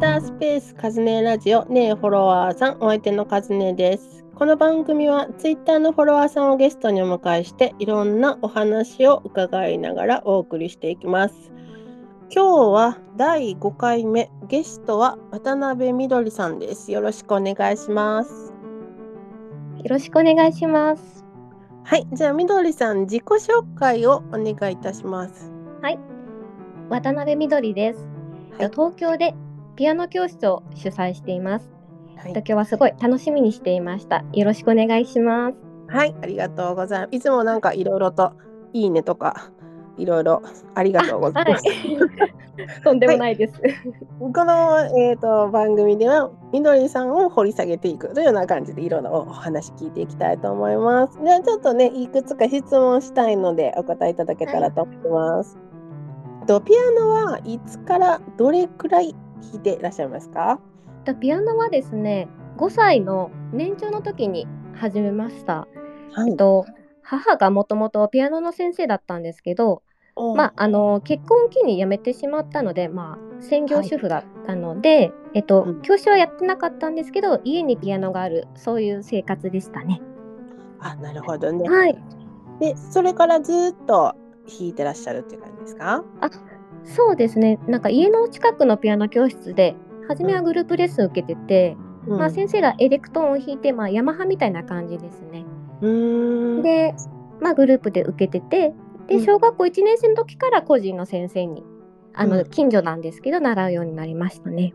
タースペースカズネラジオねえフォロワーさんお相手のカズネですこの番組はツイッターのフォロワーさんをゲストにお迎えしていろんなお話を伺いながらお送りしていきます今日は第5回目ゲストは渡辺みどりさんですよろしくお願いしますよろしくお願いします。はいじゃあみどりさん自己紹介をお願いいたします渡辺みどりです。はい東京でピアノ教室を主催しています。は今日はすごい楽しみにしていました。よろしくお願いします。はい、ありがとうございます。いつもなんかいろいろといいねとかいろいろありがとうございます。はい。 とんでもないです。この、えー、と番組ではみどりさんを掘り下げていくというような感じでいろんなお話聞いていきたいと思います。ではちょっとねいくつか質問したいのでお答えいただけたらと思います。とピアノはいつからどれくらい弾いていらっしゃいますかとピアノはですね、5歳の年長の時に始めました。はえっと母がもともとピアノの先生だったんですけど、まあ、あの結婚を機に辞めてしまったので、まあ、専業主婦だったので、えっとうん教師はやってなかったんですけど家にピアノがあるそういう生活でしたね。あなるほどね。はい、でそれからずっと弾いてらっしゃるっていう感じですかそうですねなんか家の近くのピアノ教室で初めはグループレッスン受けてて、うんまあ、先生がエレクトーンを弾いて、まあ、ヤマハみたいな感じですね。うーんで、まあ、グループで受けててうでん小学校1年生の時から個人の先生にあの、うん近所なんですけど習うようになりましたね。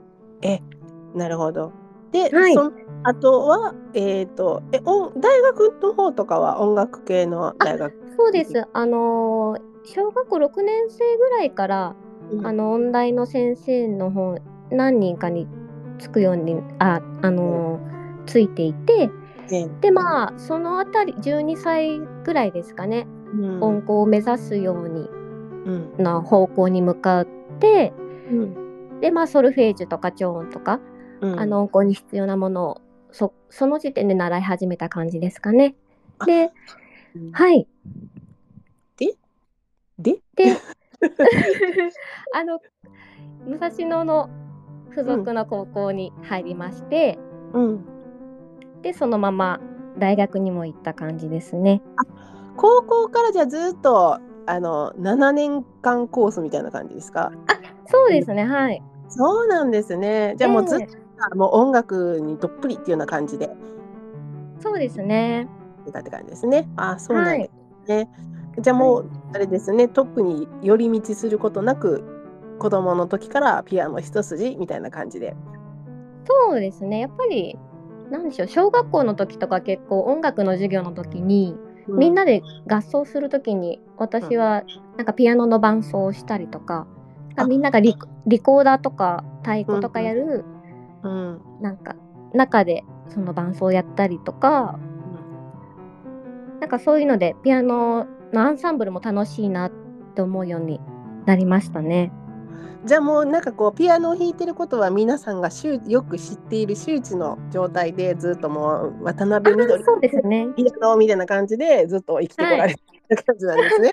なるほど。で、はいそのあとは、えっ、と、え、音大学の方とかは音楽系の大学。そうです。あのー小学校6年生ぐらいから、うんあの音大の先生の方何人かにつくようにああのーついていてねでまあそのあたり12歳ぐらいですかね、うん音高を目指すようにうんな方向に向かってうんでまあソルフェージュとか超音とか、うんあの音高に必要なものをそその時点で習い始めた感じですかね。でうんはいで、であの武蔵野の付属の高校に入りまして、うん、でそのまま大学にも行った感じですね。高校からじゃあずっとあの7年間コースみたいな感じですか。そうですね、はい。そうなんですね。じゃあもうずっとえ、もう音楽にどっぷりっていうような感じでえそうですね。出たって感じですね。あ、そうなはんでい。すね。じゃあもうあれですね。特に寄り道することなく子供の時からピアノ一筋みたいな感じで。そうですね。やっぱりなんでしょう。小学校の時とか結構音楽の授業の時に、うみんなで合奏する時に私はなんかピアノの伴奏をしたりとか、あみんながリコリコーダーとか太鼓とかやる、うん、なんか中でその伴奏をやったりとかなんかそういうのでピアノのアンサンブルも楽しいなって思うようになりましたね。じゃあもうなんかこうピアノを弾いてることは皆さんが周よく知っている周知の状態でずっともう渡辺みどりそうですね。ピアノみたいな感じでずっと生きてこられてる感じなんです ね。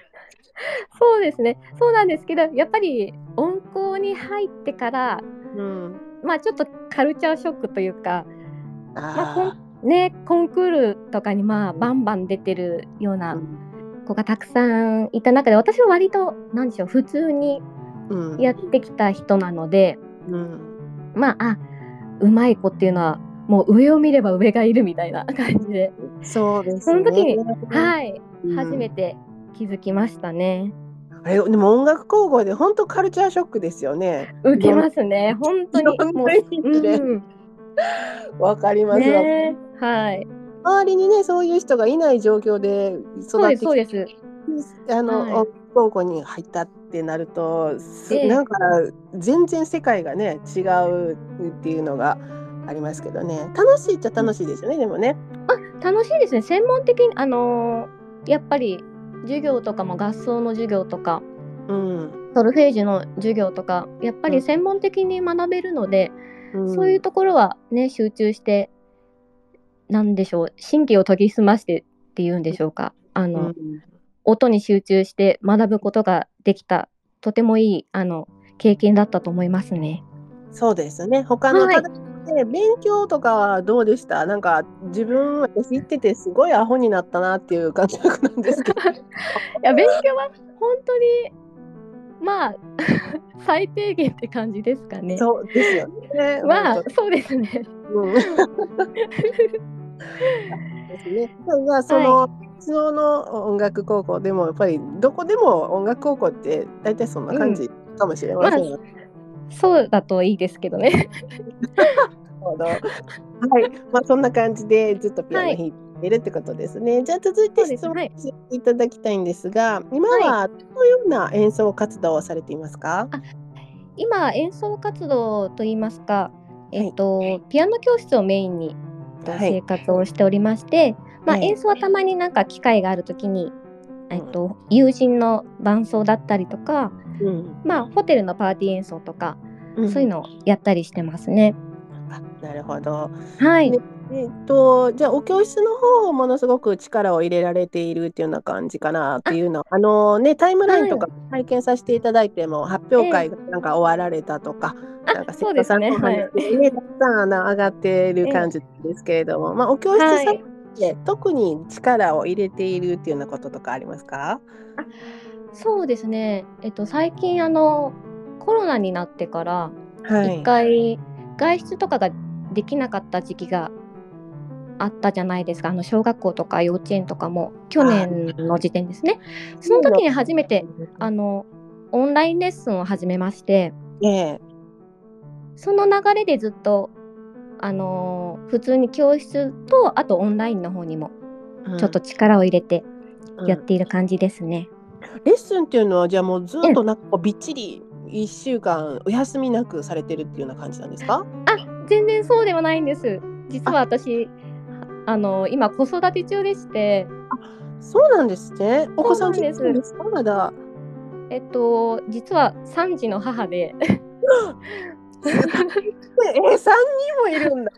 そうですね。そうなんですけどやっぱり音高に入ってからうん、まあちょっとカルチャーショックというかまあこんあねコンクールとかにまあバンバン出てるようあ、うなん子がたくさんいた中で私は割と何でしょう普通にうんやってきた人なので。うん、まあ、あうまい子っていうのはもう上を見れば上がいるみたいな感じで、そうですね。その時にい、はい、うん初めて気づきましたね。あれでも音楽高校で本当カルチャーショックですよね。受けますね、本当にいろんなもう、意味でうんわかります、ねはい、周りにねそういう人がいない状況でそう育でっすそうてできす。てあの、はい音楽高校に入ったってなると、すええなんか全然世界がね違うっていうのがありますけどね楽しいっちゃ楽しいですよね、でもね。楽しいですね。専門的にあのーやっぱり授業とかも合奏の授業とかうんソルフェージュの授業とかやっぱうんり専門的に学べるので、うん、そういうところはね集中してなんでしょう神経を研ぎ澄ましてっていうんでしょうかあうの、ん音に集中して学ぶことができたとてもいいあの経験だったと思いますね。そうですね。他のはい方で勉強とかはどうでした、なんか自分私行っててすごいアホになったなっていう感覚なんですけど。いや勉強は 本当にまあ 最低限って感じですかね。そうですよね。ま本あそうですね。当うんですね。じゃあその、普通の音楽高校でもやっぱりどこでも音楽高校って大体そんな感じかもしれませんよねそうだといいですけど ね。な るほど。はい、まあそんな感じでずっとピアノ弾いてるってことですね。じゃあ続いて質そう問ですしていただきたいんですが、今はどのような演奏活動をされていますか？今演奏活動といいますか、えっと、ピアノ教室をメインにはい生活をしておりまして、まあ、はい演奏はたまになんか機会がある時に、うんえっと、友人の伴奏だったりとか、うんまあ、ホテルのパーティー演奏とか、うんそういうのをやったりしてますね。あなるほど。はい、ねえっとじゃあお教室の方をものすごく力を入れられているっていうような感じかなっていうのはあのねタイムラインとか拝見させていただいても発表会がなんか終わられたとか、なんかあそうですね生徒さんの話でね、たくさんあの上がっている感じですけれども、まあお教室さんはでい、特に力を入れているっていうようなこととかありますか？そうですね、えっと、最近あのコロナになってからは一回外出とかができなかった時期があったじゃないですかあの小学校とか幼稚園とかも去年の時点ですねその時に初めてあのオンラインレッスンを始めましてええその流れでずっとあの普通に教室とあとオンラインの方にもちょっと力を入れてうんやっている感じですね。レッスンっていうのはじゃあもうずっとなんかこうびっちり一週間お休みなくされてるっていうような感じなんですか？全然そうではないんです実は私あの今子育て中でしてそうなんですね。お子さんそうなんです小さいですかまだ。えっと実は3児の 母でえ、三人もいるんだ。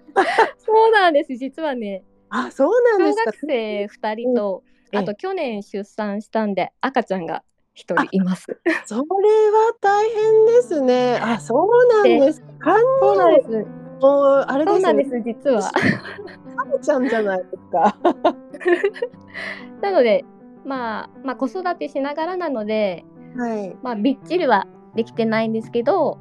そうなんです実はねあ、そうなんで小すか学。生2人と、うんあと去年出産したんで赤ちゃんが1人います。それは大変ですね。あ、そうなんです。三そう人なんもですもうあれでそうなすんでね。す実は。ハムちゃんじゃないですか。 なのでまあまあ子育てしながらなので はい。まあびっちりはできてないんですけど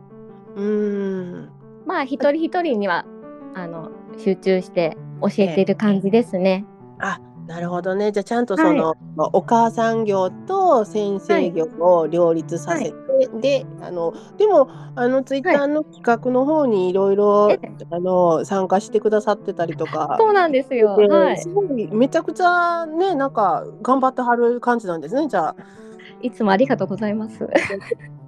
うーん。まあ一人一人にはあの集中して教えている感じですね。あ、なるほどね。じゃあちゃんとその、お母さん業と先生業を両立させて、で、あのでもあのツイッターの企画の方にいろいろええあの参加してくださってたりとか。そうなんですよ。ではいす。ごいめちゃくちゃねなんか頑張ってはる感じなんですねじゃあいつもありがとうございます。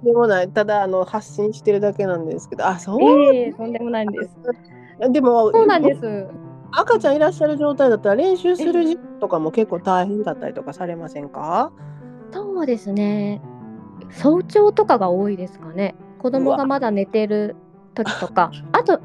でもないただあの発信してるだけなんですけどあそう、ええとんでもないんです。でもそうなんです。赤ちゃんいらっしゃる状態だったら練習する時間とかも結構大変だったりとかされませんかそうですね。早朝とかが多いですかね。子供がまだ寝てる時と か、あとやっ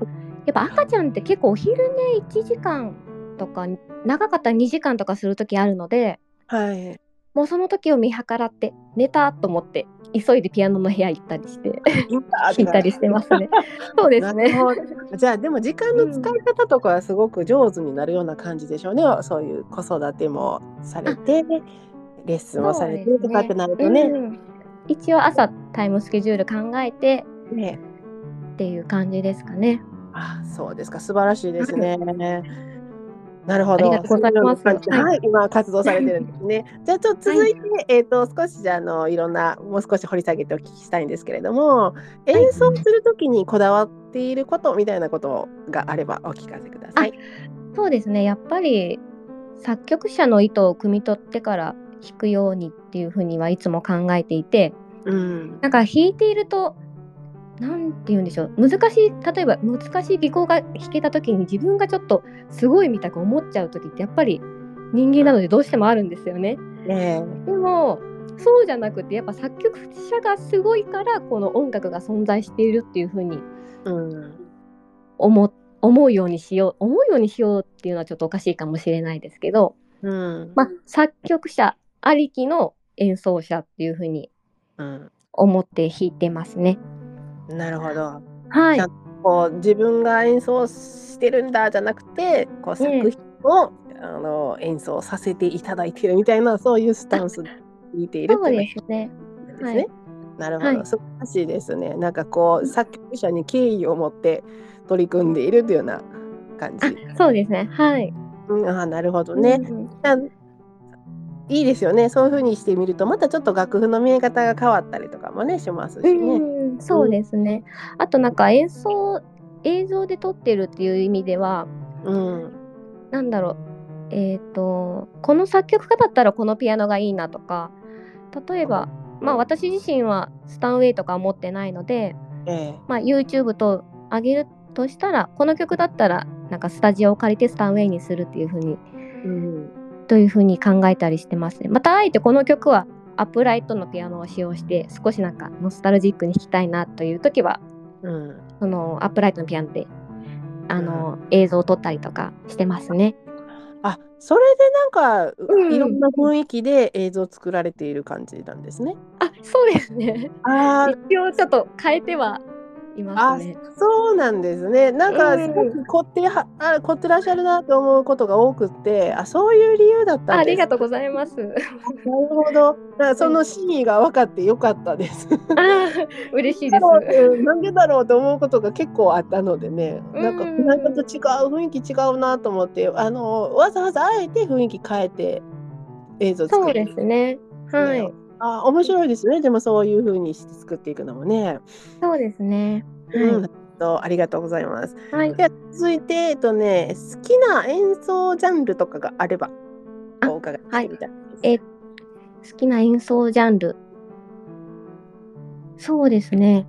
ぱ赤ちゃんって結構お昼寝1時間とか長かったら2時間とかする時あるので、はいもうその時を見計らって寝たと思って急いでピアノの部屋行ったりして弾いたりしてますね。そうですなるね。ほど じゃあでも時間の使い方とかはすごく上手になるような感じでしょうね、そういう子育てもされてレッスンもされてとかってなるとねうん一応朝タイムスケジュール考えてねっていう感じですかね。あ、そうですか、素晴らしいですね。なるほど。ありがとうございますそうう感じではいはい、今活動されてるんですね。 じゃあ、ちょっと続いて、えっ、と、少しじゃあ、あの、いろんな、もう少し掘り下げてお聞きしたいんですけれども。演奏するときにこだわっていることみたいなことがあれば、お聞かせください。そうですねやっぱり作曲者の意図を汲み取ってから弾くようにっていうふうにはいつも考えていてうん。なんか弾いていると何て言うんでしょう難しい例えば難しい技巧が弾けた時に自分がちょっとすごいみたく思っちゃう時ってやっぱり人間なのでどうしてもあるんですよね。ねでもそうじゃなくてやっぱ作曲者がすごいからこの音楽が存在しているっていうふうにえ。うん。思思うようにしよう思うようにしようっていうのはちょっとおかしいかもしれないですけど、うん。まあ、作曲者ありきの演奏者っていうふうにうん。思って弾いてますね。なるほど。はいな、こう自分が演奏してるんだじゃなくてこう作ええ品を、あの演奏させていただいてるみたいなそういうスタンスで聞いているそうというですね。ことはですいね。なるほど、はい素晴らしいですね。なんかこう作曲者に敬意を持って取り組んでいるというような感あじ。、そうですね。はい。うん、あーなるほどね。うんじゃあいいですよねそういう風にしてみるとまたちょっと楽譜の見え方が変わったりとかもねしますしうね。ん、うんそうですね。あとなんか演奏映像で撮ってるっていう意味では、うんなんだろう。えっ、とこの作曲家だったらこのピアノがいいなとか、例えばまあ私自身はスタンウェイとかは持ってないので、えまあ YouTube と上げるとしたらこの曲だったらなんかスタジオを借りてスタンウェイにするっていう風にえうんというふうに考えたりしてますね。またあえてこの曲はアップライトのピアノを使用して少しなんかノスタルジックに弾きたいなという時はうん、そのアップライトのピアノであの、映像を撮ったりとかしてますね。あそれでなんか、うんいろんな雰囲気で映像作られている感じなんですね。あそうですね。あー一応ちょっと変えてはいますね。そうなんですねなんかうんすごく凝ってはあ凝ってらっしゃるなと思うことが多くってあそういう理由だったあんあでりすがとうござい ます。なるほどなんかその真意が分かってよかったです。あー嬉しいです。うんなんでだろうと思うことが結構あったのでね、なんかうん普段と違う雰囲気違うなと思って、あのわざわざあえて雰囲気変えて映像そ作うる。ですね。はい。あ、面白いですね。でもそういう風にして作っていくのもね。そうですね。うんはとありがとうございます。い。はい。では続いてえっとね、好きな演奏ジャンルとかがあればあお伺いしてみたいです。え好きな演奏ジャンル。そうですね。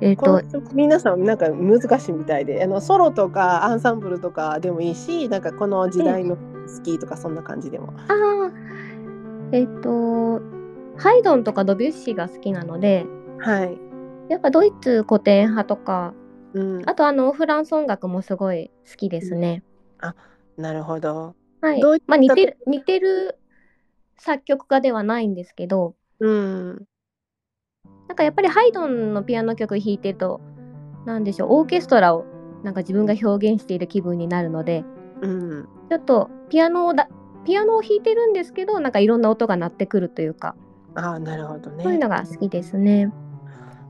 えっ、このと、曲皆さんなんか難しいみたいであのソロとかアンサンブルとかでもいいしなんかこの時代の好きとかそんな感じでも。ああ、えっ、と、ハイドンとかドビュッシーが好きなので、はい、やっぱドイツ古典派とか、うん、あとあのフランス音楽もすごい好きですね。なるほど。はいドイツ。まあ似てる、似てる作曲家ではないんですけど、うん、なんかやっぱりハイドンのピアノ曲弾いてると、なんでしょう、オーケストラをなんか自分が表現している気分になるので、うん、ちょっとピアノをだピアノを弾いてるんですけどなんかいろんな音が鳴ってくるというかああなるほどそういうね。のが好きですね。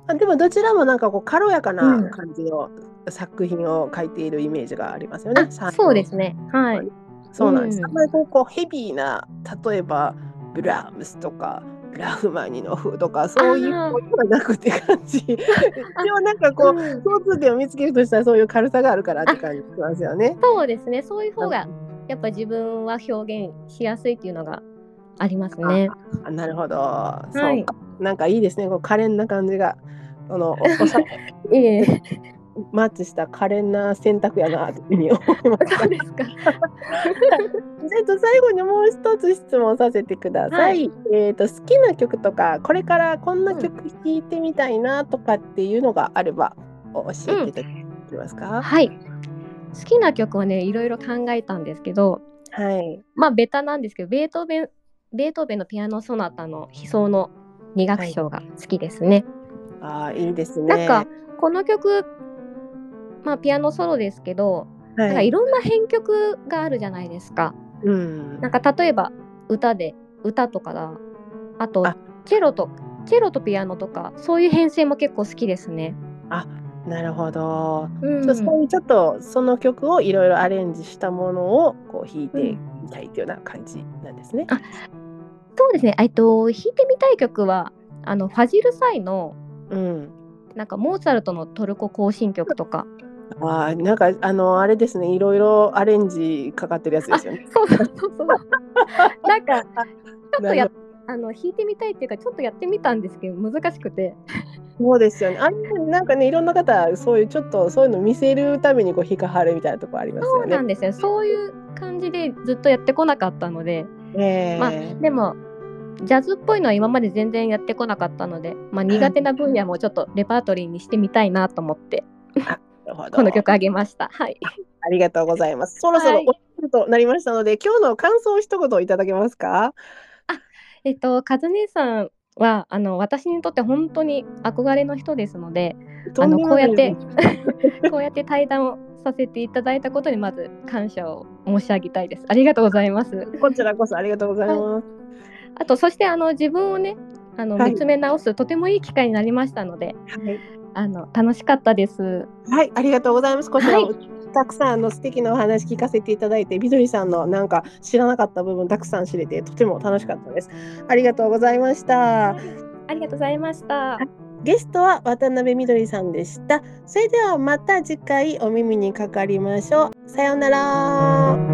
あでもどちらもなんかこう軽やかうなん感じの作品を書いているイメージがありますよね。あそうですね。はい。そうなんです。うんあんまりこうこうヘビーな例えばブラームスとかブラフマニノフとかそういうあーことがなくって感じ。 一応なんかこううん共通点を見つけるとしたらそういう軽さがあるからって感じしますよね。そうですね。そういう方がやっぱ自分は表現しやすいっていうのがありますね。あなるほど。はそういか。なんかいいですね。こう可憐な感じが。あのおお さええ マッチした可憐な選択やなというふうに思いました。そうですか。じゃあえっと最後にもう一つ質問させてくださ。はいいえっ、と好きな曲とかこれからこんな曲聴いてみたいなとかっていうのがあればお教えていただけますか。はい。好きな曲はねいろいろ考えたんですけど、はい。まあベタなんですけどベートーベンベートーベンのピアノソナタの悲壮の二楽章が好きですね。ああいいですね。なんかこの曲、まあ、ピアノソロですけど、なんはかいい。ろんな編曲があるじゃないですか。うん。なんか例えば歌で歌とかだあとあチェロとチェロとピアノとかそういう編成も結構好きですね。なるほど。うんそうそういうちょっとその曲をいろいろアレンジしたものをこう弾いてうんみたいというような感じなんですね。あそうですねえっと弾いてみたい曲はあのファジルサイのうん。なんかモーツァルトのトルコ行進曲とかああなんかあのあれですねいろいろアレンジかかってるやつですよね。そうそうそう そうなんかちょっとなやるあの弾いてみたいっていうかちょっとやってみたんですけど難しくてほどそうですよね。あれなんかねいろんな方そういうちょっとそういうの見せるためにこう弾かはるみたいなとこありますそようねなん。ですよ。そういう感じでずっとやってこなかったので、ええまあでもジャズっぽいのは今まで全然やってこなかったので、まあ、苦手な分野もちょっとレパートリーにしてみたいなと思ってなるほどこの曲あげました。はい。ありがとうございます。そろそろはいお時間となりましたので、今日の感想を一言いただけますか。えっとカズ姉さんはあの私にとって本当に憧れの人です のでとんでもないあのこうやっよこうやって対談をさせていただいたことにまず感謝を申し上げたいです。ありがとうございます。こちらこそありがとうございます。あとそしてあの自分をねあのはい見つめ直すとてもいい機会になりましたのではい、あの楽しかったです。はい、ありがとうございます。こちら、はいたくさんあの素敵なお話聞かせていただいて、みどりさんのなんか知らなかった部分たくさん知れてとても楽しかったです。ありがとうございました。ありがとうございました。ゲストは渡辺みどりさんでした。それではまた次回お耳にかかりましょう。さようなら。